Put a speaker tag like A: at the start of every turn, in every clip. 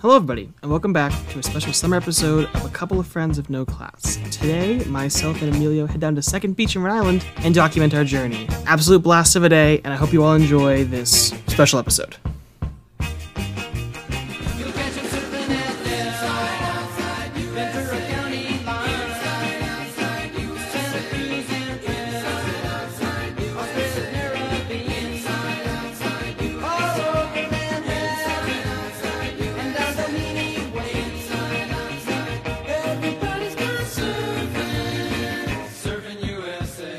A: Hello, everybody, and welcome back to a special summer episode of A Couple of Friends of No Class. Today, myself and Emilio head down to Second Beach in Rhode Island and document our journey. Absolute blast of a day, and I hope you all enjoy this special episode.
B: Everybody's gone surfing, surfing USA.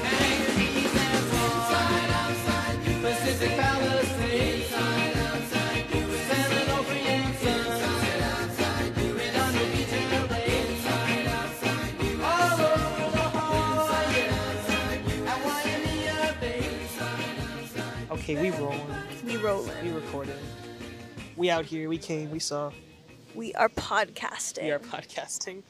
B: Hangers, inside, outside, Pacific Palisades, inside, outside, San Onofre and Sun, inside, outside, Redondo Beach and LA, inside, outside, all over the Hawaiian, at Waimea Bay, inside, outside.
A: Okay, we rolling,
C: We rolling.
A: recording. We out here, we came, we saw,
C: We are podcasting.
A: we are podcasting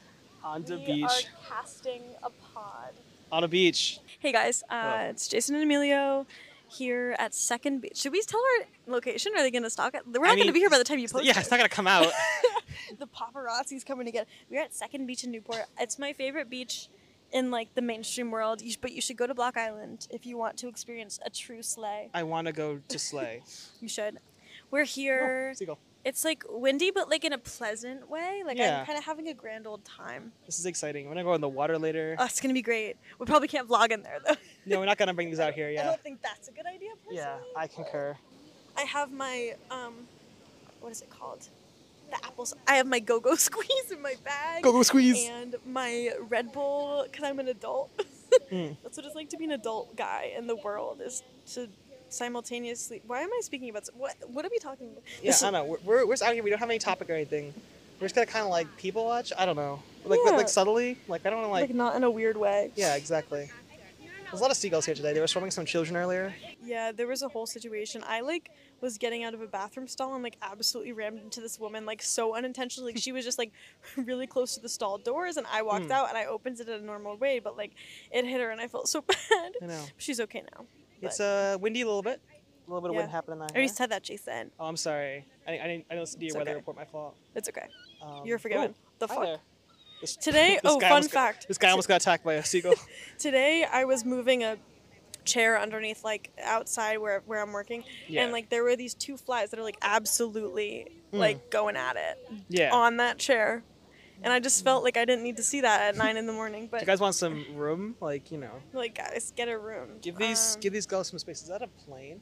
A: on the
C: We
A: beach.
C: are casting a pod.
A: On a beach.
C: Hey guys, uh,
A: Hello.
C: it's Jason and Emilio here at Second Beach. Should we tell our location? Are they gonna stalk it? We're not
A: mean,
C: gonna be here by the time you post.
A: Yeah,
C: it.
A: it's not gonna come out.
C: the paparazzi's coming to get. We're at Second Beach in Newport. It's my favorite beach in like the mainstream world. You sh- but you should go to Block Island if you want to experience a true sleigh.
A: I wanna go to Slay.
C: You should. We're here.
A: Oh, seagull.
C: It's like windy, but like in a pleasant way. Like
A: Yeah.
C: I'm kind of having a grand old time.
A: This is exciting. We're gonna go in the water later.
C: Oh, it's gonna be great. We probably can't vlog in there though.
A: no, we're not gonna bring these out here,
C: I
A: yeah.
C: don't think that's a good idea. Personally.
A: Yeah, I concur.
C: I have my um, what is it called? The apples. I have my go-go squeeze in my bag.
A: go squeeze.
C: And my Red Bull, because I'm an adult.
A: Mm.
C: That's what it's like to be an adult guy in the world is to simultaneously. Why am I speaking about s- what? What are we talking about?
A: Yeah,
C: This-
A: I don't know. We're, we're, we're just out here. We don't have any topic or anything. We're just gonna kind of like people watch. I don't know. Like but,
C: Yeah.
A: like subtly. Like I don't want to
C: like,
A: like.
C: not in a weird way.
A: Yeah, exactly. There's a lot of seagulls here today. They were swarming some children earlier.
C: Yeah, there was a whole situation. I like was getting out of a bathroom stall and like absolutely rammed into this woman like so unintentionally. Like, she was just like really close to the stall doors and I walked
A: Mm.
C: out and I opened it in a normal way, but like it hit her and I felt so bad.
A: I know.
C: She's okay now.
A: It's uh windy a little bit. A little bit of wind
C: Yeah.
A: happening that.
C: I already
A: here.
C: said that, Jason.
A: Oh, I'm sorry. I I didn't I didn't listen to your
C: It's
A: weather
C: okay.
A: report. My fault.
C: It's okay.
A: Um,
C: You're forgiven. the
A: oh, hi
C: fuck.
A: there. This-
C: Today,
A: this
C: oh,
A: guy
C: fun
A: almost got-
C: fact.
A: this guy almost got attacked by a seagull.
C: Today I was moving a chair underneath like outside where where I'm working
A: Yeah.
C: and like there were these two flies that are like absolutely
A: Mm.
C: like going at it.
A: yeah.
C: on that chair. And I just felt like I didn't need to see that at nine in the morning.
A: Do
C: But
A: you guys want some room? Like you know,
C: like, guys, get a room.
A: give these
C: Um,
A: give these gulls some space. Is that a plane?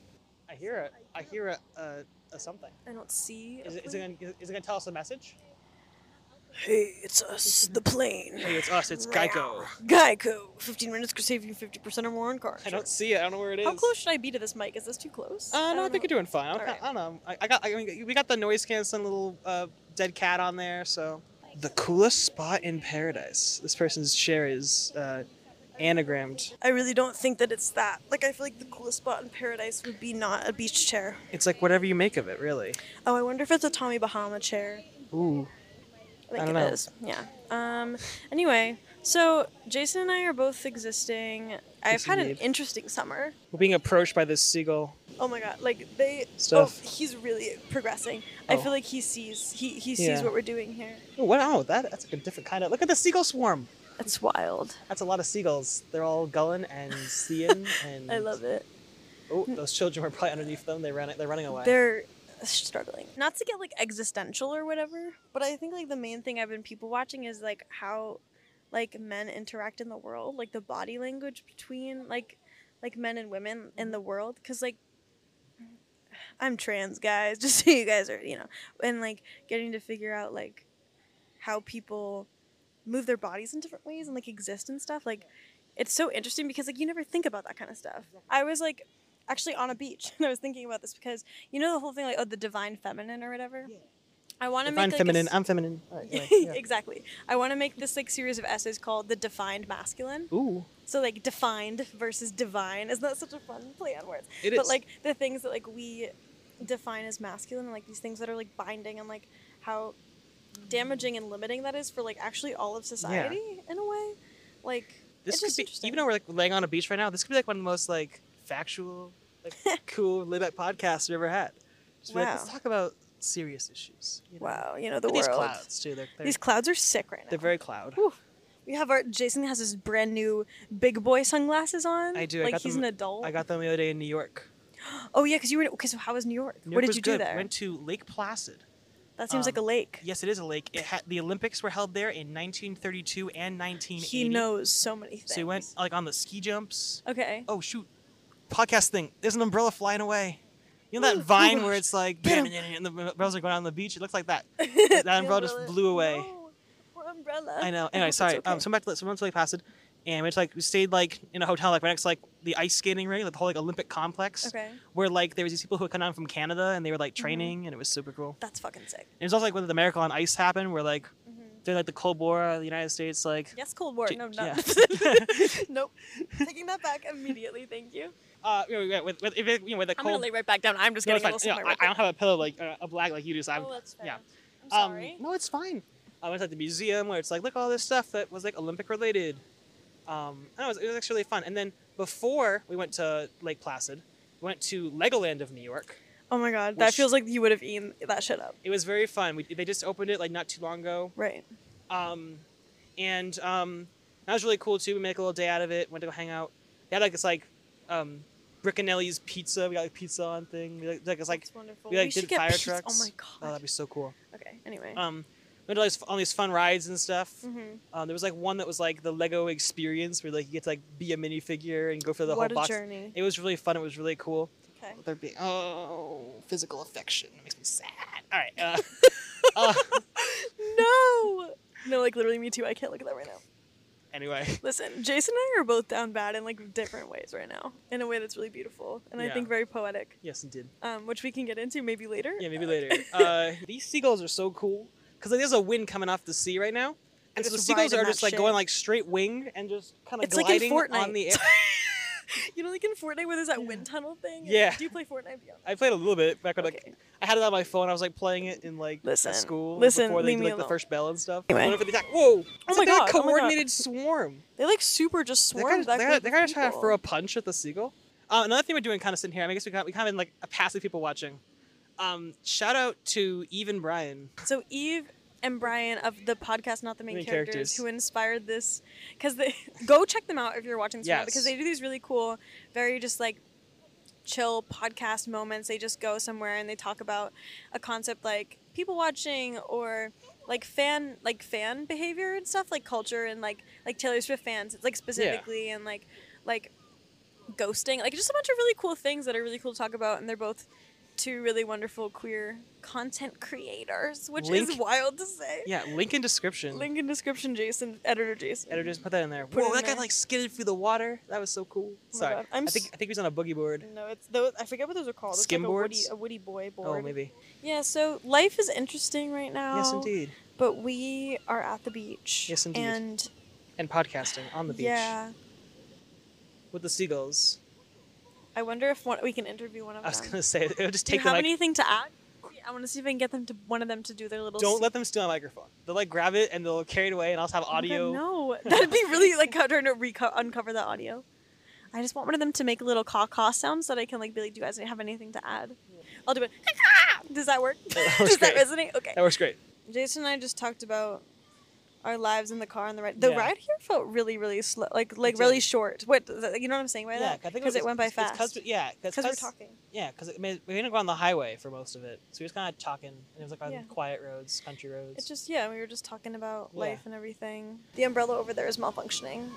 A: I hear it. I hear a a, a something.
C: I don't see. a
A: Is it, is, it
C: plane.
A: gonna, is it gonna tell us a message?
C: hey, it's us, the plane.
A: Hey, it's us. It's Geico.
C: Geico. Fifteen minutes could save you fifty percent or more on car.
A: I don't see it. I don't know where it is.
C: How close should I be to this mic? Is this too close?
A: Uh, no, I,
C: don't
A: think
C: know.
A: you're doing fine. I don't,
C: Alright.
A: I don't know. I, I got. I mean, we got the noise canceling little uh, dead cat on there. So the coolest spot in paradise. This person's share is uh, anagrammed.
C: I really don't think that it's that. Like, I feel like the coolest spot in paradise would be not a beach chair.
A: It's like whatever you make of it, really.
C: Oh, I wonder if it's a Tommy Bahama chair.
A: Ooh.
C: I think
A: I
C: it is.
A: don't know.
C: Yeah. Um. Anyway, so Jason and I are both existing. I've
A: Yes,
C: had an
A: indeed.
C: interesting summer.
A: We're being approached by this seagull.
C: Oh my god! Like they.
A: Stuff.
C: Oh, he's really progressing. I
A: Oh.
C: feel like he sees. He he sees
A: Yeah.
C: what we're doing here.
A: Ooh, wow, that that's like a different kind of. Look at the seagull swarm.
C: That's wild.
A: That's a lot of seagulls. They're all gulling and seeing and.
C: I love it.
A: Oh, those children were probably underneath them. They ran. They're running away.
C: They're struggling not to get like existential or whatever. But I think like the main thing I've been people watching is like how like men interact in the world, like the body language between like like men and women in the world, because like. I'm trans, guys. Just so you guys are, you know, and like getting to figure out like how people move their bodies in different ways and like exist and stuff. Like, it's so interesting because like you never think about that kind of stuff. I was like actually on a beach and I was thinking about this because you know the whole thing like oh the divine feminine or whatever.
A: Yeah.
C: I want to
A: If
C: make
A: I'm
C: like, a
A: feminine,
C: s-
A: I'm feminine. All right, anyway, yeah.
C: exactly. I want to make this like series of essays called "The Defined Masculine."
A: Ooh,
C: So like defined versus divine. Isn't that such a fun play on words?
A: it
C: but like the things that like we define as masculine and like these things that are like binding and like how damaging and limiting that is for like actually all of society in a way. Like
A: this
C: it's
A: could
C: just
A: be
C: interesting.
A: even though we're like laying on a beach right now. This could be like one of the most like factual, like cool layback podcasts we've ever had. Just be like, let's
C: Wow.
A: talk about serious issues. you know.
C: Wow, you know the
A: Look at
C: world.
A: these clouds too. They're, they're,
C: These clouds are sick right now.
A: they're very cloud.
C: we have our Jason has his brand new big boy sunglasses on.
A: I do. I
C: Like
A: got
C: he's
A: them-
C: an adult.
A: I got them the other day in New York.
C: oh yeah, because you were. Because how was New York?
A: New York
C: what did
A: was
C: you do
A: good.
C: there?
A: Went to Lake Placid.
C: that
A: um,
C: seems like a lake.
A: Yes, it is a lake. It had the Olympics were held there in 1932 and 1980.
C: He knows so many things.
A: So we went like on the ski jumps.
C: Okay.
A: Oh shoot, podcast thing. There's an umbrella flying away. You know
C: Ooh,
A: that vine
C: ooh,
A: where it's like
C: Oh, get 'em.
A: and the umbrellas are going on the beach. It looks like that.
C: that
A: umbrella just blew away.
C: No, poor umbrella.
A: I know.
C: hope
A: Anyway,
C: Oh, it's
A: sorry. Um,
C: okay.
A: so back to so back to Lake Placid, and we just, like we stayed like in a hotel like right next to, like the ice skating rink, like, the whole like Olympic complex,
C: okay, Mm-hmm.
A: where like there was these people who had come down from Canada and they were like training, and it was super cool.
C: that's fucking sick.
A: And it was also like when the miracle on ice happened, where like
C: Mhm.
A: they're like the Cold War, of the United States, like
C: Yes, Cold War.
A: J-
C: No,
A: yeah.
C: not. nope. Taking that back immediately. Thank you.
A: uh, you know, yeah, with, with, if it- you know, with the
C: I'm
A: Cold.
C: gonna lay right back down. I'm just
A: No,
C: getting
A: it's
C: a
A: fine.
C: little
A: You know, I,
C: somewhere
A: I
C: right
A: don't have a pillow like uh, a black like you do, so
C: there.
A: I'm
C: Oh, that's fair.
A: yeah.
C: I'm sorry.
A: Um, no, it's fine. Um, it's at the museum where it's like, look all this stuff that was like Olympic related. Um, and it was, it was actually really fun. And then before we went to Lake Placid, we went to Legoland of New York.
C: oh my god,
A: Which-
C: that feels like you would have eaten that shit up.
A: It was very fun. We, they just opened it like not too long ago.
C: Right.
A: Um, and um, that was really cool too. We made a little day out of it. Went to go hang out. They had like this like um, Brickinelli's pizza. We got like pizza on thing. We, like, like it's like
C: That's wonderful.
A: we like
C: should
A: did
C: get
A: fire
C: pizza.
A: trucks.
C: Oh my
A: Oh,
C: god.
A: that'd be so cool.
C: okay. Anyway.
A: Um, we had all these, all these fun rides and stuff.
C: hmm
A: Um, there was like one that was like the Lego experience where like you get to like be a minifigure and go through the
C: what
A: whole
C: a
A: box.
C: journey.
A: It was really fun. It was really cool.
C: Okay.
A: There be oh physical affection it makes me sad. All right. Uh, uh,
C: No. No, like literally, me too. I can't look at that right now.
A: anyway,
C: Listen, Jason and I are both down bad in like different ways right now, in a way that's really beautiful and I
A: Yeah.
C: think very poetic,
A: yes, it did.
C: um, which we can get into maybe later.
A: Yeah, maybe later. Uh, these seagulls are so cool because like, there's a wind coming off the sea right now, and so the
C: Just
A: seagulls
C: riding
A: are
C: that
A: just like
C: shit.
A: going like straight wing and just kind of
C: It's like in
A: gliding on
C: Fortnite.
A: the air.
C: you know, like in Fortnite, where there's that
A: Yeah.
C: wind tunnel thing.
A: Yeah.
C: Do you play Fortnite? Beyond?
A: I played a little bit back when like
C: Okay.
A: I had it on my phone. I was like playing it in like
C: Listen,
A: at school
C: listen,
A: before they did
C: leave me
A: like the
C: alone.
A: first bell and stuff.
C: Anyway.
A: Went over the attack. Whoa! It's
C: Oh
A: like
C: my
A: they're a
C: God, oh my God.
A: coordinated swarm.
C: They like super just
A: They're gonna,
C: swarmed.
A: they're,
C: that
A: gonna,
C: group
A: they're
C: of
A: gonna try to
C: people.
A: throw a punch at the seagull. Uh, another thing we're doing, kind of sitting here. I guess we kind of, we kind of been like a passive people watching. Um, shout out to Eve and Brian.
C: So Eve and Brian of the podcast, not the main,
A: Main
C: characters,
A: characters.
C: who inspired this, because they go check them out if you're watching this right now, because
A: Yes.
C: they do these really cool, very just like chill podcast moments. They just go somewhere and they talk about a concept like people watching or like fan like fan behavior and stuff like culture and like like Taylor Swift fans like specifically and like like ghosting like just a bunch of really cool things that are really cool to talk about and they're both two really wonderful queer content creators which is
A: Link-
C: wild to say
A: Yeah, link in description.
C: link in description jason editor jason
A: Editor just put that in there.
C: Put it
A: Whoa,
C: in
A: that guy
C: there. Oh
A: like skidded through the water. That was so cool.
C: my
A: Sorry,
C: God,
A: I
C: I'm
A: think
C: s-
A: I think he was on a boogie board.
C: no it's those i forget what those are called it's like a woody,
A: Skimboards?
C: a woody boy board
A: Oh, maybe.
C: yeah so life is interesting right now
A: Yes, indeed.
C: but we are at the beach
A: Yes, indeed.
C: and
A: And podcasting on the beach
C: yeah
A: with the seagulls.
C: i wonder if one, we can interview one of
A: I was
C: them
A: gonna say it would just
C: do you
A: take
C: have
A: them, like
C: anything to add i want to see if i can get them to one of them to do their little
A: Don't let them steal my microphone. They'll like grab it and they'll carry it away, and I'll just have
C: Oh my God,
A: audio.
C: No, that'd be really like how trying to reco- uncover the audio. I just want one of them to make little caw caw sounds so that I can like be like, "Do you guys have anything to add?" I'll do it. Does that work?
A: That works
C: Does that
A: great.
C: resonate? Okay.
A: That works great.
C: Jason and I just talked about our lives in the car on the ride. The
A: Yeah.
C: ride here felt really, really slow, like like
A: It
C: really
A: did.
C: short. What th- you know what I'm saying by that? because it, went by
A: it's- it's 'cause
C: fast.
A: we- yeah,
C: Because we're
A: because
C: talking.
A: yeah, because we didn't go on the highway for most of it, so we were just kind of talking, and it was like on
C: Yeah.
A: quiet roads, country roads.
C: It's just yeah, we were just talking about
A: Yeah.
C: life and everything. The umbrella over there is malfunctioning.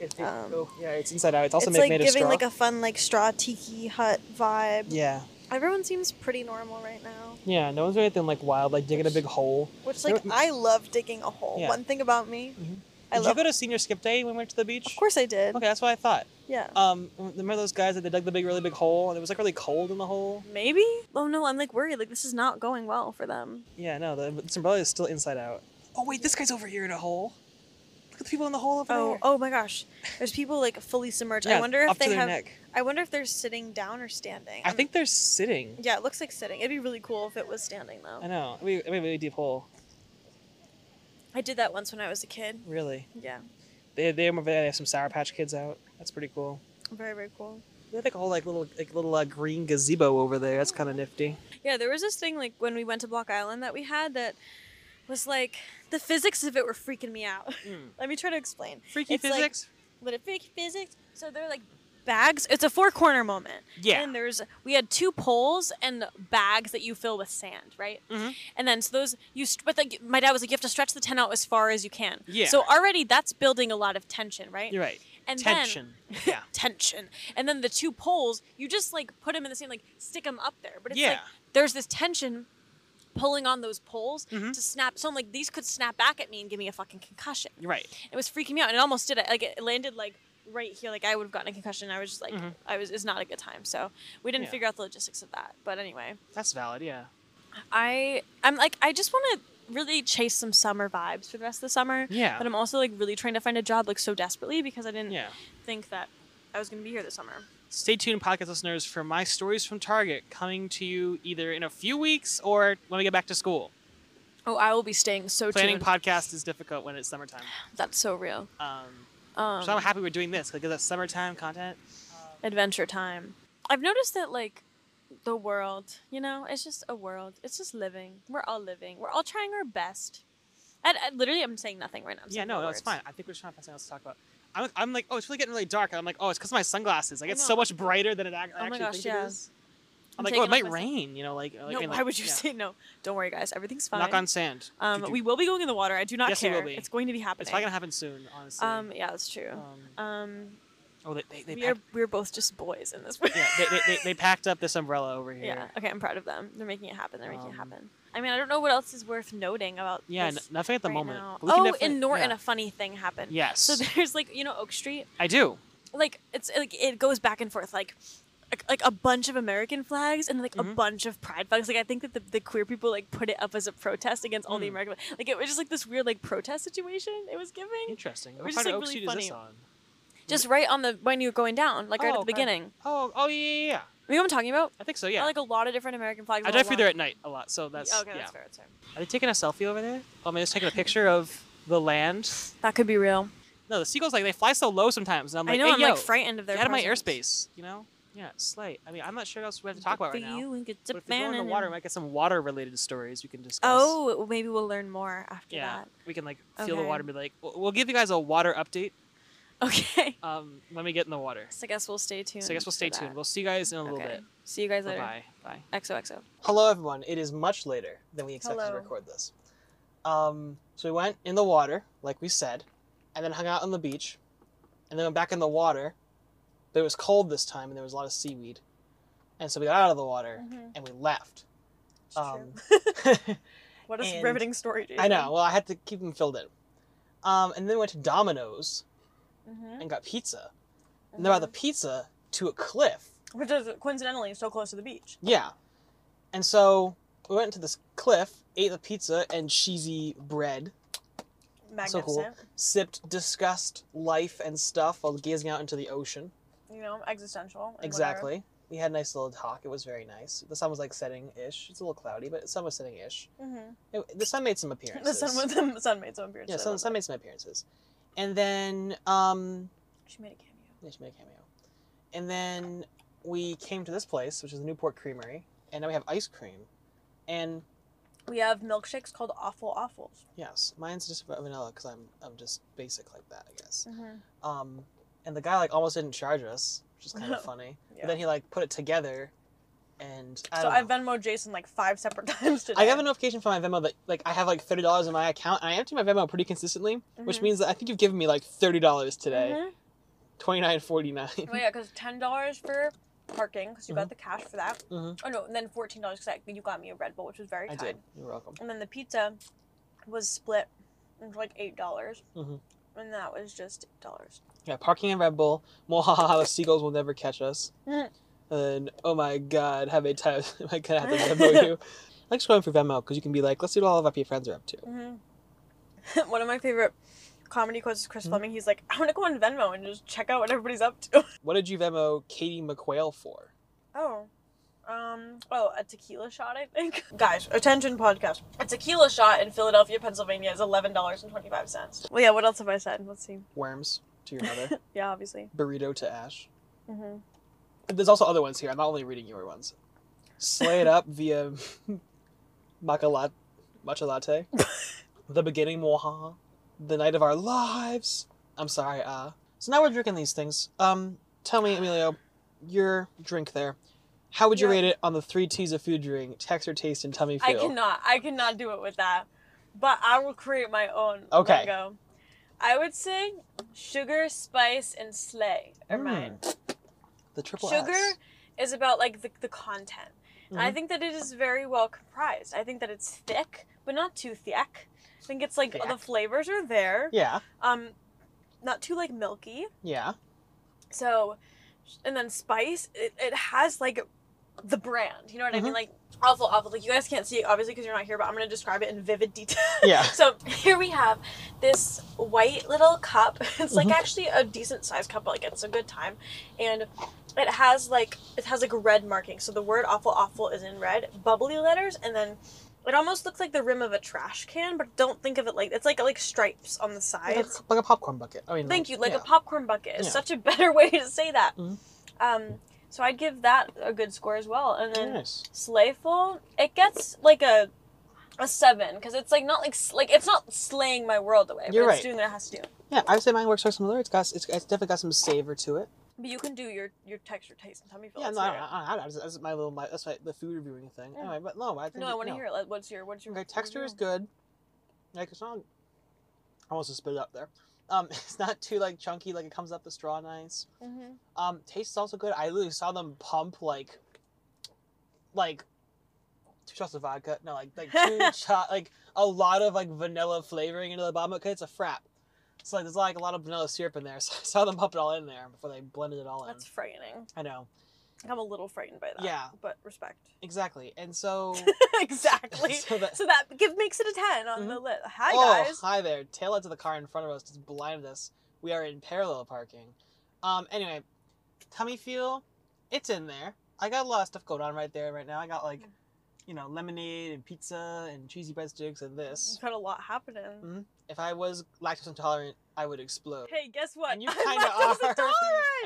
A: It's- it-
C: um,
A: oh, yeah, it's inside out. It's also
C: it's
A: made,
C: like
A: made of
C: giving
A: straw.
C: like a fun like straw tiki hut vibe.
A: yeah,
C: Everyone seems pretty normal right now.
A: yeah. No one's doing anything like wild, like digging a big hole.
C: Which,
A: There
C: like,
A: were-
C: I love digging a hole.
A: Yeah.
C: One thing about me,
A: Mhm.
C: I
A: did
C: love.
A: you go to senior skip day when we went to the beach?
C: of course, I did.
A: Okay, that's what I thought.
C: Yeah.
A: Um, remember those guys that they dug the big, really big hole, and it was like really cold in the hole.
C: Maybe. Oh no, I'm like worried. Like this is not going well for them.
A: Yeah, no, the this umbrella is still inside out. Oh wait, this guy's over here in a hole. Look at the people in the hole over
C: Oh,
A: there.
C: oh my gosh. There's people like fully submerged. I wonder
A: up
C: if
A: to
C: they
A: their
C: have.
A: neck.
C: I wonder if they're sitting down or standing.
A: I
C: I'm-
A: think they're sitting.
C: Yeah, it looks like sitting. It'd be really cool if it was standing though.
A: I know. We we have a really deep hole.
C: I did that once when I was a kid.
A: Really.
C: Yeah.
A: They they over there, they have some Sour Patch Kids out. That's pretty cool.
C: Very very cool.
A: They had like a whole like little like little uh, green gazebo over there. That's kind of nifty.
C: Yeah, there was this thing like when we went to Block Island that we had that was like the physics of it were freaking me out. Let me try to explain.
A: Hmm. Freaky
C: It's like-
A: physics.
C: But it fake physics, so they're like bags. It's a four corner moment.
A: Yeah.
C: And there's we had two poles and bags that you fill with sand, right?
A: Mhm.
C: And then so those you st- but like my dad was like you have to stretch the tent out as far as you can.
A: Yeah.
C: So already that's building a lot of tension, right?
A: You're right.
C: And then-
A: Tension. yeah.
C: tension. And then the two poles, you just like put them in the same, like stick them up there. But it's like
A: Yeah.
C: there's this tension pulling on those poles
A: Mhm.
C: to snap. So I'm like, these could snap back at me and give me a fucking concussion.
A: You're right.
C: It was freaking me out. And it almost did it. Like it landed like right here. Like I would have gotten a concussion. I was just like,
A: Mhm.
C: I was, it's not a good time. So we didn't
A: Yeah.
C: figure out the logistics of that. But anyway,
A: That's valid. Yeah.
C: I, I'm like, I just want to really chase some summer vibes for the rest of the summer.
A: Yeah.
C: But I'm also like really trying to find a job like so desperately because I didn't
A: Yeah.
C: think that I was going to be here this summer.
A: Stay tuned, podcast listeners, for my stories from Target coming to you either in a few weeks or when we get back to school.
C: Oh, I will be staying so
A: Planning
C: tuned.
A: podcast is difficult when it's summertime.
C: That's so real.
A: Um,
C: Um,
A: so I'm happy we're doing this because that's summertime content.
C: adventure time. I've noticed that like the world, you know, it's just a world. It's just living. We're all living. We're all trying our best. I, I literally, I'm saying nothing right now. I'm
A: yeah,
C: saying
A: no, no,
C: words.
A: it's fine. I think we're just trying to find something else to talk about. I'm, I'm like, oh, it's really getting really dark. And I'm like, oh, it's because of my sunglasses. Like,
C: I
A: it's
C: know.
A: so much brighter than it ac-
C: Oh
A: actually
C: my gosh,
A: think
C: yeah.
A: it is. I'm,
C: I'm
A: like, oh, it
C: taking off
A: might
C: my sun-
A: rain. You know, like, like
C: no,
A: and, like,
C: why would you
A: yeah.
C: say no? Don't worry, guys. Everything's fine.
A: knock on sand?
C: um,
A: Doo-doo.
C: we will be going in the water. I do not
A: Yes, we
C: care.
A: will be.
C: It's going to be
A: It's
C: happening.
A: probably gonna happen soon, honestly.
C: um, yeah, that's true.
A: Um,
C: Um,
A: oh, they they, they
C: we are
A: packed,
C: we're both just boys in this.
A: yeah, they, they, they, they packed up this umbrella over here.
C: Yeah. Okay, I'm proud of them. They're making it happen. They're making
A: Um,
C: it happen. I mean, I don't know what else is worth noting about.
A: Yeah, n-
C: this
A: nothing at the
C: right
A: moment.
C: now.
A: but we can
C: Oh,
A: definitely-
C: in Norton,
A: yeah.
C: a funny thing happened.
A: Yes,
C: So there's like you know Oak Street,
A: I do.
C: like it's like it goes back and forth like. like- Like a bunch of American flags and like a
A: Mhm.
C: bunch of pride flags. Like I think that the, the queer people like put it up as a protest against all the
A: Mm.
C: American. Like it was just like this weird like protest situation it was giving.
A: Interesting.
C: We're
A: What
C: just,
A: part of Oak
C: like, really
A: Street is this
C: funny.
A: on?
C: Just right on the when you're going down, like right
A: Oh,
C: at the
A: okay.
C: beginning.
A: Oh, oh yeah, yeah, yeah.
C: You know what I'm talking about?
A: I think so. Yeah.
C: Like a lot of different American flags.
A: I
C: all
A: drive through
C: along-
A: there at night a lot, so that's
C: okay,
A: yeah.
C: that's fair. That's fair.
A: Are they taking a selfie over there? Oh, I mean, they're just taking a picture of the land.
C: That could be real.
A: No, the seagulls like they fly so low sometimes, and I'm like,
C: I know.
A: hey,
C: I'm
A: yo,
C: like frightened of their.
A: get out of my
C: presence.
A: airspace. You know? Yeah, slight. I mean, I'm not sure what else we have to talk about
C: For
A: right now.
C: you, we get to
A: But if we go in the
C: banana.
A: water, we might get some water-related stories we can discuss.
C: Oh, well, maybe we'll learn more after
A: yeah. We can like feel the
C: Okay.
A: water and be like, we'll, we'll give you guys a water update
C: that. Okay.
A: um, when we get in the water.
C: So I guess we'll stay tuned.
A: So I guess we'll
C: for
A: stay
C: that.
A: tuned. We'll see you guys in a little
C: okay.
A: bit.
C: See you guys later.
A: Bye bye.
C: XOXO.
A: Hello, everyone. It is much later than we expected to
C: Hello.
A: record this. Um, so we went in the water, like we said, and then hung out on the beach, and then went back in the water. But it was cold this time, and there was a lot of seaweed, and so we got out of the water
C: Mhm.
A: and we left. Um,
C: what a
A: and-
C: riveting story,
A: I know. Well, I had to keep them filled in. Um, and then went to Domino's
C: Mm-hmm.
A: and got pizza. And then brought the pizza to a cliff.
C: Which is coincidentally so close to the beach.
A: Yeah. And so we went to this cliff, ate the pizza and cheesy bread, So
C: Magnificent.
A: cool. sipped, discussed life and stuff while gazing out into the ocean.
C: You know, existential.
A: Exactly. We had a nice little talk. It was very nice. The sun was like setting ish. It's a little cloudy, but the sun was setting ish.
C: Mm-hmm.
A: It- The sun made some appearances.
C: The sun was the sun made some appearance.
A: yeah, sun, sun made some appearances. And then um,
C: She made a cameo.
A: Yeah, she made a cameo. And then we came to this place, which is the Newport Creamery, and now we have ice cream. And
C: We have milkshakes called Awful Awfuls.
A: yes, mine's just va- vanilla because I'm I'm just basic like that, I guess.
C: Mm-hmm.
A: Um, and the guy like almost didn't charge us, which is kind
C: No.
A: of funny.
C: Yeah.
A: But then he like put it together, and I
C: so
A: don't
C: I've
A: know.
C: Venmo Jason like five separate times today.
A: I have a notification from my Venmo that like I have like thirty dollars in my account, and I empty my Venmo pretty consistently, which
C: Mhm.
A: means that I think you've given me like thirty dollars today,
C: Mhm.
A: twenty nine forty nine.
C: Oh yeah, because ten dollars for parking, because
A: Mm-hmm.
C: you got the cash for that.
A: Mhm.
C: Oh no, and then fourteen dollars because you got me a Red Bull, which was very
A: I
C: kind.
A: did. You're welcome.
C: And then the pizza was split. It was like eight dollars,
A: Mhm.
C: and that was just eight dollars.
A: Yeah, parking in Red Bull. Mohaha, the seagulls will never catch us.
C: Mm.
A: and oh my god, have a time. Am I gonna have to Venmo you? I like scrolling through Venmo because you can be like, let's see what all of our friends are up to.
C: Mm-hmm. One of my favorite comedy quotes is Chris
A: Mm-hmm.
C: Fleming. He's like, I want to go on Venmo and just check out what everybody's up to.
A: What did you Venmo Katie McQuail for?
C: Oh. Um, oh, a tequila shot, I think. Guys, attention podcast. A tequila shot in Philadelphia, Pennsylvania is $11.25. Well, yeah, what else have I said? Let's see.
A: Worms to your mother.
C: Yeah, obviously.
A: Burrito to Ash.
C: Mm-hmm.
A: There's also other ones here. I'm not only reading your ones. Slay it up via maca lat- matcha latte. the beginning, moha. The night of our lives. I'm sorry. Uh. So now we're drinking these things. Um, tell me, Emilio, your drink there. How would you
C: Yeah.
A: rate it on the three T's of food drink: texture, taste, and tummy
C: I
A: feel?
C: cannot. I cannot do it with that. But I will create my own
A: Okay.
C: logo. I would say sugar, spice, and slay are
A: Mm,
C: mine.
A: The triple
C: Sugar
A: S.
C: is about like the, the content. And I
A: Mhm.
C: think that it is very well comprised. I think that it's thick, but not too thick. I think it's like the
A: Thick.
C: flavors are there.
A: Yeah.
C: Um, not too like milky.
A: Yeah.
C: So, and then spice, it, it has like the brand. You know what I mean?
A: Mhm.
C: Like awful, awful. Like you guys can't see it obviously because you're not here, but I'm gonna describe it in vivid detail.
A: Yeah.
C: so here we have this white little cup. It's like
A: Mhm.
C: actually a decent sized cup, but like it's a good time, and it has like it has like red marking. So the word awful, awful is in red, bubbly letters, and then. It almost looks like the rim of a trash can, but don't think of it like it's like like stripes on the
A: Like a,
C: sides.
A: like a popcorn bucket. I mean,
C: Thank you. Like
A: yeah.
C: a popcorn bucket is
A: Yeah.
C: such a better way to say that.
A: Mhm.
C: Um, so I'd give that a good score as well. And then
A: Nice.
C: slayful, it gets like a a seven because it's like not like s- like it's not slaying my world away.
A: You're
C: but
A: right.
C: It's doing what it has to do.
A: Yeah, I would say mine works very similar. It's got it's, it's definitely got some savor to it.
C: But you can do your your texture, taste, and tummy feel.
A: yeah,
C: Let's
A: no, I
C: hear
A: don't, I don't, I don't, that's my little my, that's my the food reviewing thing.
C: Yeah.
A: Anyway, but no, I
C: it.
A: think
C: No,
A: it-
C: I want to hear it. What's your what's your
A: Okay, texture is
C: your-
A: good. Like it's not. I almost just spit it up there. Um, it's not too like chunky. Like it comes up the straw nice.
C: Mhm.
A: Um, taste is also good. I literally saw them pump like, like, two shots of vodka. No, like like two shot like a lot of like vanilla flavoring into the bottom. Okay, it's a frap. So like there's like a lot of vanilla syrup in there. So I saw them pump it all in there before they blended it all in.
C: That's frightening.
A: I know
C: I'm a little frightened by that.
A: Yeah.
C: But respect.
A: exactly. And so
C: exactly.
A: so that-
C: So that give, makes it a ten on the list. Hi
A: oh,
C: guys.
A: hi there. Tail lights of the car in front of us just blinded us. We are in parallel parking. Um, anyway, tummy feel, it's in there. I got a lot of stuff going on right there right now. I got like, you know, lemonade and pizza and cheesy breadsticks and this.
C: We've got a lot happening.
A: If I was lactose intolerant, I would explode.
C: Hey, guess what?
A: And you
C: I'm
A: kind of
C: lactose
A: are.
C: intolerant.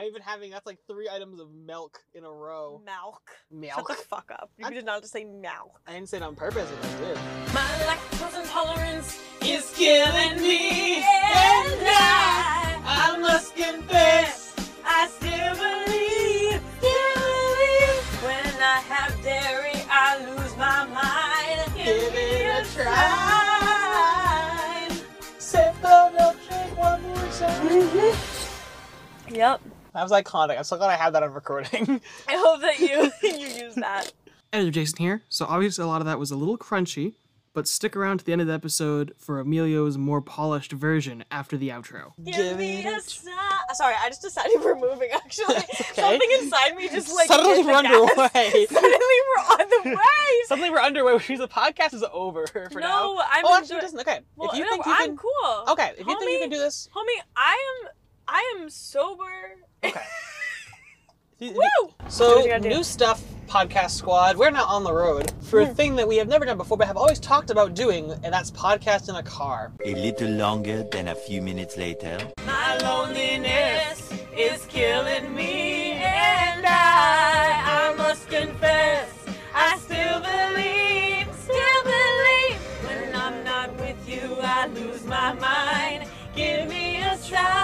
A: I've been having that's like three items of milk in a row.
C: Milk. Mm. Shut
A: Milk.
C: the fuck up. You
A: I-
C: did not just say milk.
A: I didn't say it on purpose. If I did.
C: My lactose intolerance
B: It's killing me, and I, I must confess.
C: I still believe, still believe. When I have dairy, I lose my mind.
A: Give it a
C: try.
A: Sip the milkshake one more time.
C: Yep.
A: That was iconic. I'm so glad I had that on recording.
C: I hope that you you use that.
A: Editor Jason here. So obviously a lot of that was a little crunchy, but stick around to the end of the episode for Emilio's more polished version after the outro.
C: Give, me a si- Sorry, I just decided we're moving. Actually,
A: okay.
C: something inside me just like
A: Suddenly
C: hit the
A: we're
C: gas.
A: underway.
C: Suddenly we're on the way.
A: Suddenly we're underway, which means the podcast is over for now.
C: no, I'm.
A: oh, actually,
C: enjoy-
A: it doesn't. Okay,
C: well,
A: if you
C: no,
A: think you
C: I'm
A: can,
C: cool.
A: okay, if you think you
C: Homie-
A: can do this,
C: homie, I am. I am sober.
A: okay. If you-
C: Woo! Do what you
A: So,
C: gotta do.
A: new stuff, podcast squad. We're now on the road for
C: Hmm.
A: a thing that we have never done before, but have always talked about doing, and that's podcast in a car.
D: A little longer than a few minutes later.
C: My loneliness is killing me, and I, I must confess, I still believe, still believe. When I'm not with you, I lose my mind. Give me a sign.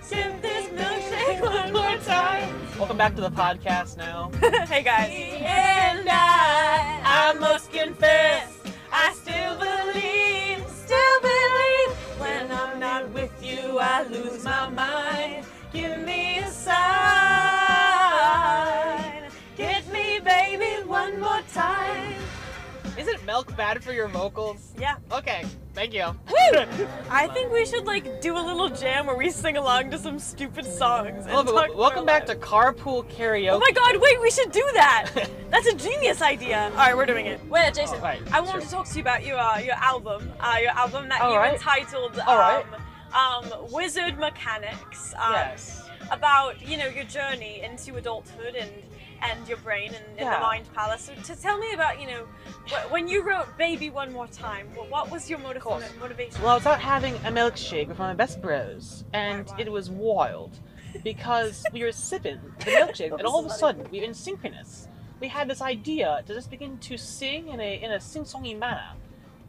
C: Sip this milkshake one more time.
A: Welcome back to the podcast now.
C: hey guys. And I, I must confess, I still believe, still believe. When I'm not with you, I lose my mind. Give me a sign. Get me, baby, one more time.
A: Isn't milk bad for your vocals?
C: Yeah.
A: Okay, thank you.
C: I think we should like do a little jam where we sing along to some stupid songs.
A: Well, but welcome back to Carpool Karaoke.
C: Oh my god, wait, we should do that! That's a genius idea. Alright, we're doing it. Wait, Jason,
A: Oh, right,
C: I wanted
A: sure.
C: to talk to you about your uh, your album. Uh, your album that you
A: Alright.
C: entitled um,
A: Alright.
C: um, Wizard Mechanics. Um,
A: yes.
C: About, you know, your journey into adulthood and and your brain and, and
A: Yeah.
C: the mind palace. So to tell me about, you know, wh- when you wrote Baby One More Time, what, what was your motiv-
A: course.
C: motivation?
A: Well, I was out having a milkshake with one of my best bros, and
C: Why, why?
A: it was wild. because we were sipping the milkshake, and all of a sudden we were in synchronous. We had this idea to just begin to sing in a in a sing-songy manner,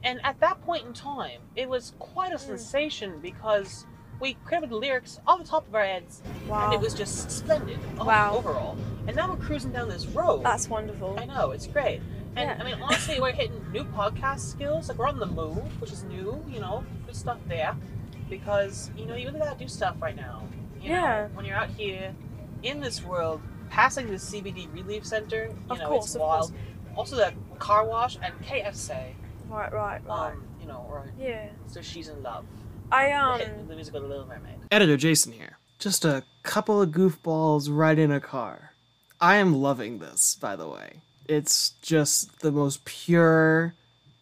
A: and at that point in time, it was quite a
C: Hmm.
A: sensation because we crammed the lyrics on the top of our heads,
C: Wow.
A: and it was just splendid o-
C: Wow.
A: overall. And now we're cruising down this road.
C: That's wonderful.
A: I know, it's great. And
C: Yeah.
A: I mean, honestly, we're hitting new podcast skills. Like, we're on the move, which is new, you know, good stuff there. Because, you know, you really gotta do stuff right now. You
C: Yeah.
A: Know, when you're out here in this world, passing the CBD Relief Center, you
C: Of
A: know,
C: course,
A: it's
C: of
A: wild. Also, the car wash and KFC,
C: Right, right, right.
A: um, you know, or
C: yeah.
A: So She's in Love,
C: I
A: hitting
C: um.
A: the musical Little Mermaid.
B: Editor Jason here. Just a couple of goofballs right in a car. I am loving this, by the way. It's just the most pure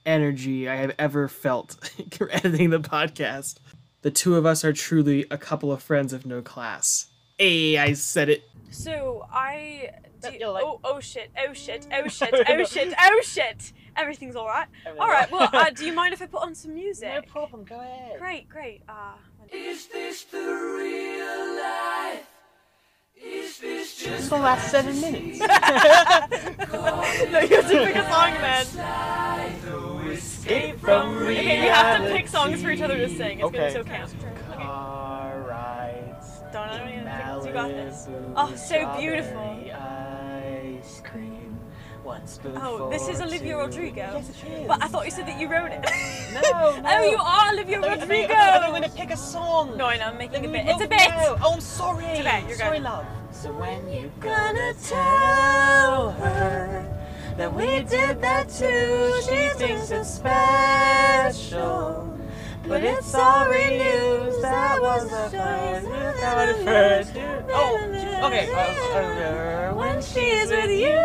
B: energy I have ever felt editing the podcast. The two of us are truly a couple of friends of no class. Hey, I said it.
C: So I.
A: That
C: do-
A: you're like-
C: oh, oh shit! Oh shit! Oh shit! Oh shit! Oh shit! Everything's all right.
A: Everything
C: All right. Well,
A: else.
C: uh, do you mind if I put on some music?
A: no problem, go ahead.
C: Great, great. Ah.
E: Is this the real life? Is this
A: This is
E: just
A: the last seven minutes.
C: no, you have to pick a song then.
E: no escape from
A: from
E: reality?
C: Okay, we have to pick songs for each other to sing. It's
A: Okay.
C: gonna be so camp. Okay.
A: All right.
C: Don't know any other things. You got this. Oh, so beautiful.
A: Ice cream. Once
C: Oh, this is Olivia Rodrigo.
A: Yes, it is.
C: But I thought you said that you wrote it.
A: no, no.
C: oh, you are Olivia Rodrigo.
A: I'm going to pick a song.
C: No, I know. I'm making
A: Then
C: a
A: we
C: bit. It's a
A: both
C: bit.
A: know. Oh, I'm sorry.
C: It's a bit, you're
A: sorry,
C: good.
A: love. So when you
C: gonna
A: tell her that we did that too, she thinks it's special. But it's already news. That was the first. That was the first. Oh, okay. Uh, when she's with you,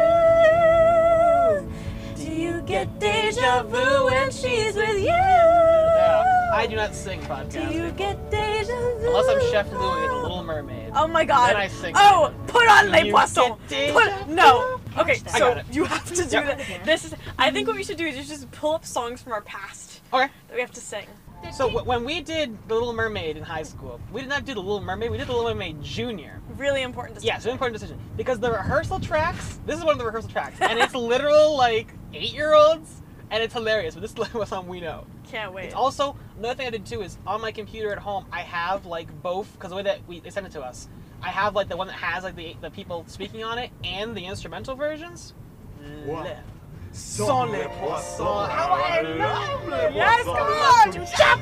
A: do you get deja vu when she's with you? I do not sing podcast. Do you get deja vu? Unless I'm Chef Louis in Little Mermaid.
C: Oh my god.
A: Then I sing
C: oh, put on Les
A: You
C: Poissons.
A: get deja
C: Put no. Okay,
A: I
C: so
A: got it.
C: you have to do
A: Yeah.
C: that. This is. I think what we should do is just pull up songs from our past
A: Okay.
C: that we have to sing.
A: So w- when we did The Little Mermaid in high school, we did not do The Little Mermaid. We did The Little Mermaid Junior.
C: Really important. To
A: Yeah, it's an important decision because the rehearsal tracks. This is one of the rehearsal tracks, and it's literal like eight-year-olds, and it's hilarious. But this is what song we know.
C: Can't wait.
A: It's also another thing I did too is on my computer at home. I have like both because the way that we they sent it to us, I have like the one that has like the the people speaking on it and the instrumental versions.
F: What?
A: Le-
F: Sans les poissons.
A: How I love les
C: Yes,
F: poissons.
C: come on, you chap.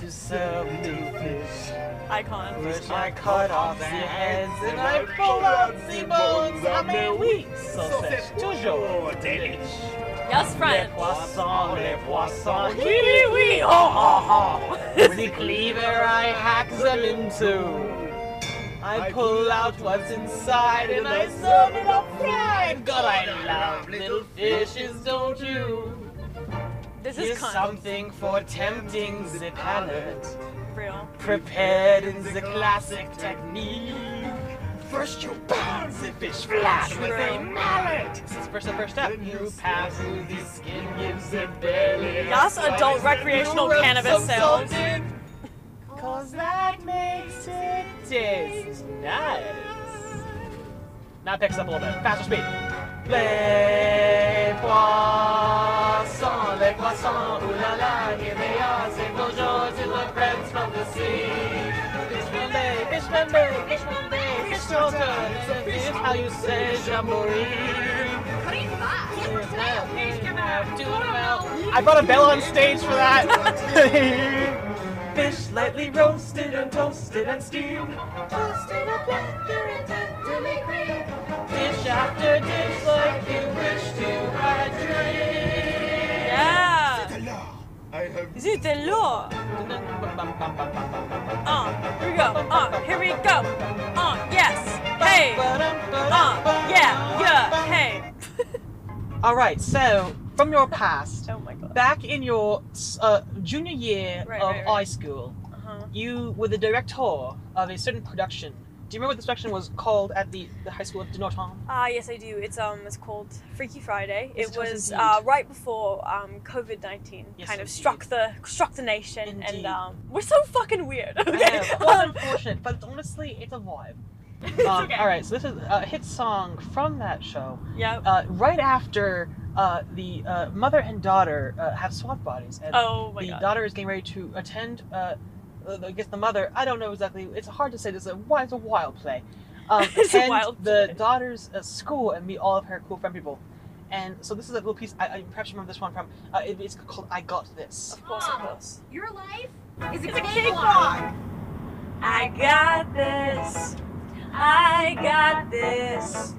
A: to serve new fish.
C: Icon.
A: Which I cut off the heads and I pulled out the bones of the weak sausage.
G: Oh,
A: Toujours delish.
C: Yes, friend.
A: Poisson, les poissons.
C: Wee wee wee. Oh, oh,
A: With the cleaver I hack them in two. I pull out what's inside and I serve it up fried. God, I love little fishes, don't you?
C: oh. This is
A: Here's
C: cunt.
A: something for tempting the palate.
C: Real.
A: Prepared in the classic technique. First you pound the fish flat with a
C: True.
A: mallet. This is first the first step.
F: Then
A: You
F: you
A: pass
F: slice
A: through the skin, gives it belly.
C: Yes, adult recreational cannabis sales.
A: Cause that makes it taste nice. Now it picks up a little bit. Faster speed. Les poissons, les poissons, ooh la la, here they are, say bonjour to the friends from the sea. Fish fillet, fish fillet, fish fillet, fish fillet, this is how you say jamboree. I brought a bell on stage for that. Fish lightly roasted and toasted and stewed. Tossed in a platter and tenderly grilled. Dish after dish like you wish to a
C: Yeah.
F: I have
C: Zut the law.
A: dream.
C: Uh, here we go. Uh, here we go. Uh, yes. Hey. Uh, yeah. Yeah. Hey.
A: Alright, so from your past,
C: Oh my god.
A: back in your uh, junior year
C: Right,
A: of
C: right, right.
A: high school,
C: Uh-huh.
A: you were the director of a certain production Do you remember what this section was called at the, the high school of Denotan?
C: Ah, yes, I do. It's um, it's called Freaky Friday.
A: Yes,
C: It
A: it was
C: was
A: indeed.
C: uh, right before um, COVID nineteen
A: Yes,
C: kind of
A: indeed.
C: struck the struck the nation,
A: Indeed.
C: and um, we're so fucking weird. Okay, Um,
A: Yeah, well, unfortunate, but honestly, it's a vibe.
C: It's
A: Um,
C: okay.
A: All right, so this is a hit song from that show.
C: yeah.
A: Uh, right after uh, the uh, mother and daughter uh, have swap bodies, and
C: Oh my
A: the
C: god.
A: daughter is getting ready to attend. Uh, uh, I guess the mother. I don't know exactly. It's hard to say. This is a wi- it's a wild play. Um,
C: It's a
A: attend
C: wild
A: the
C: play.
A: daughter's uh, school and meet all of her cool friend people. And so this is a little piece. I, I perhaps remember this one from. Uh, it, it's called "I Got This."
C: Of course, of course.
G: Your life is a
C: It's a
G: cakewalk.
C: I got this. I got this.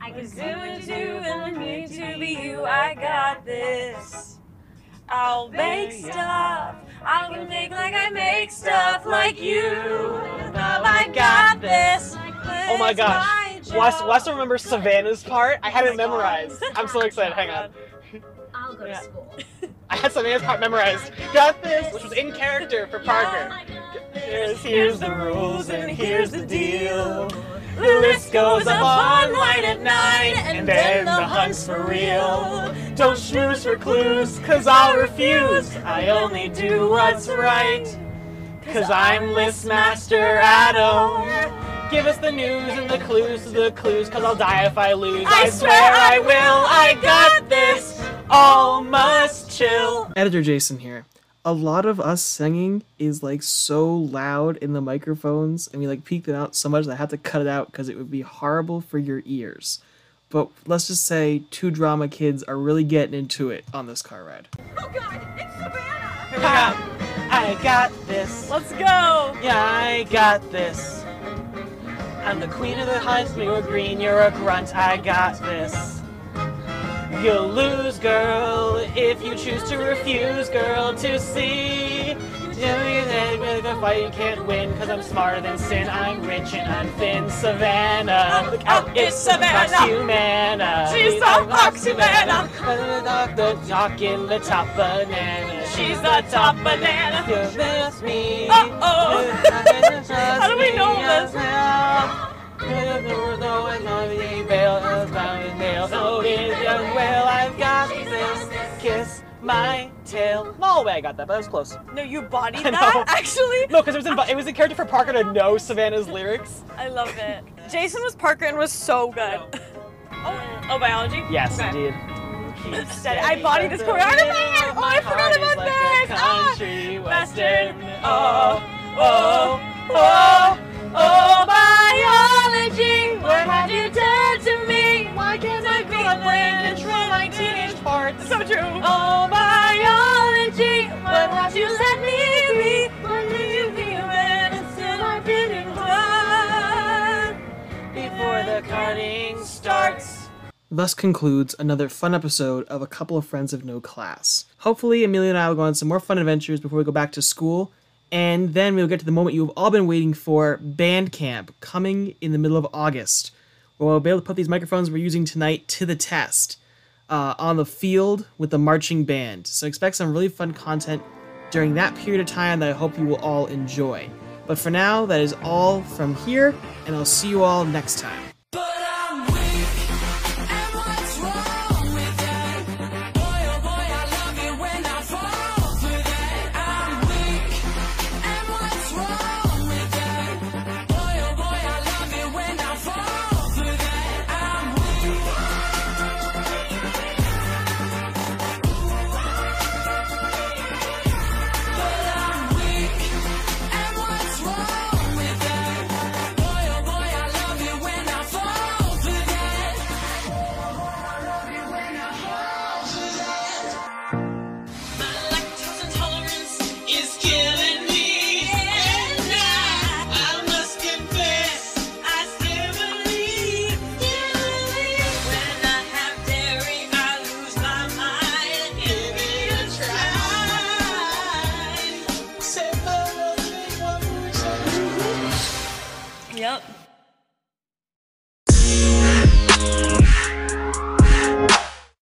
G: I
C: I
G: can
C: was doing you and I need to be you. I got this. I'll make stuff. I can make like I make stuff like you. I got this.
A: Oh my gosh. Why
C: job.
A: I still remember Savannah's part. I had it memorized. I'm so excited. Hang on.
G: I'll go
A: Yeah.
G: to school.
A: I had Savannah's part memorized. Got this, which was in character for Parker.
G: I got
A: Here's,
C: Here's
A: here's the rules and here's the deal.
C: The list goes up online at night,
A: And then the hunt's for real. Don't snooze for clues, cause I'll refuse. I only do what's right. Cause I'm list master Adam. Give us the news and the clues to the clues, cause I'll die if I lose. I swear I will, I got this. All must chill.
B: Editor Jason here. A lot of us singing is like so loud in the microphones, and we like peaked it out so much that I had to cut it out because it would be horrible for your ears. But let's just say two drama kids are really getting into it on this car ride.
G: Oh god, it's Savannah!
A: I got this.
C: Let's go.
A: Yeah, I got this. I'm the queen of the hunt, you're green, you're a grunt, I got this. You'll lose, girl, if you choose to refuse, girl, to see. Do you then with a fight you can't win, cause I'm smarter than sin, I'm rich and I'm thin, Savannah. Look out, it's Savannah! Humana.
C: She's the fox Humana.
A: The dock in the top banana.
C: She's the top banana.
A: You miss me.
C: Uh, Uh-oh.
A: How
C: do we know this?
A: Well, I've got this. Kiss my tail. No way, I got that, but that was close.
C: No, you bodied
A: I
C: that
A: know.
C: actually.
A: No, because it was in, it was a character for Parker to know Savannah's lyrics.
C: I love it. Jason was Parker and was so good. Oh, oh biology?
A: Yes,
C: Okay.
A: indeed.
C: Steady. I bodied this choreo. Out of my head. Oh, I forgot about this. Ah.
A: Country
C: Western.
A: western.
C: Oh,
A: oh,
C: oh,
A: oh,
C: Oh,
A: oh,
C: biology, what have you done to me? Why can't I be a brain control my teenage parts? So true. Oh, biology, why won't you let me be? Why do you be a man instead of being blood?
A: Before the cutting starts.
B: Thus concludes another fun episode of A Couple of Friends of No Class. Hopefully, Amelia and I will go on some more fun adventures before we go back to school, and then we'll get to the moment you've all been waiting for band camp coming in the middle of August, where we'll be able to put these microphones we're using tonight to the test uh, on the field with the marching band. So, expect some really fun content during that period of time that I hope you will all enjoy. But for now, that is all from here, and I'll see you all next time.
E: But I'm weak, and what's wrong with that? Boy, oh boy, I love it when I fall for that. I'm weak, and what's wrong with that? Boy, oh boy, I love it when I fall for that. I'm weak. But I'm weak, and what's wrong with that? Boy, oh boy, I love you when I fall for that. My lactose intolerance is killing me, and I must confess I still believe. When I have dairy, I lose my mind. Give it a "Oh, try. Say my love one more time.
C: Yep.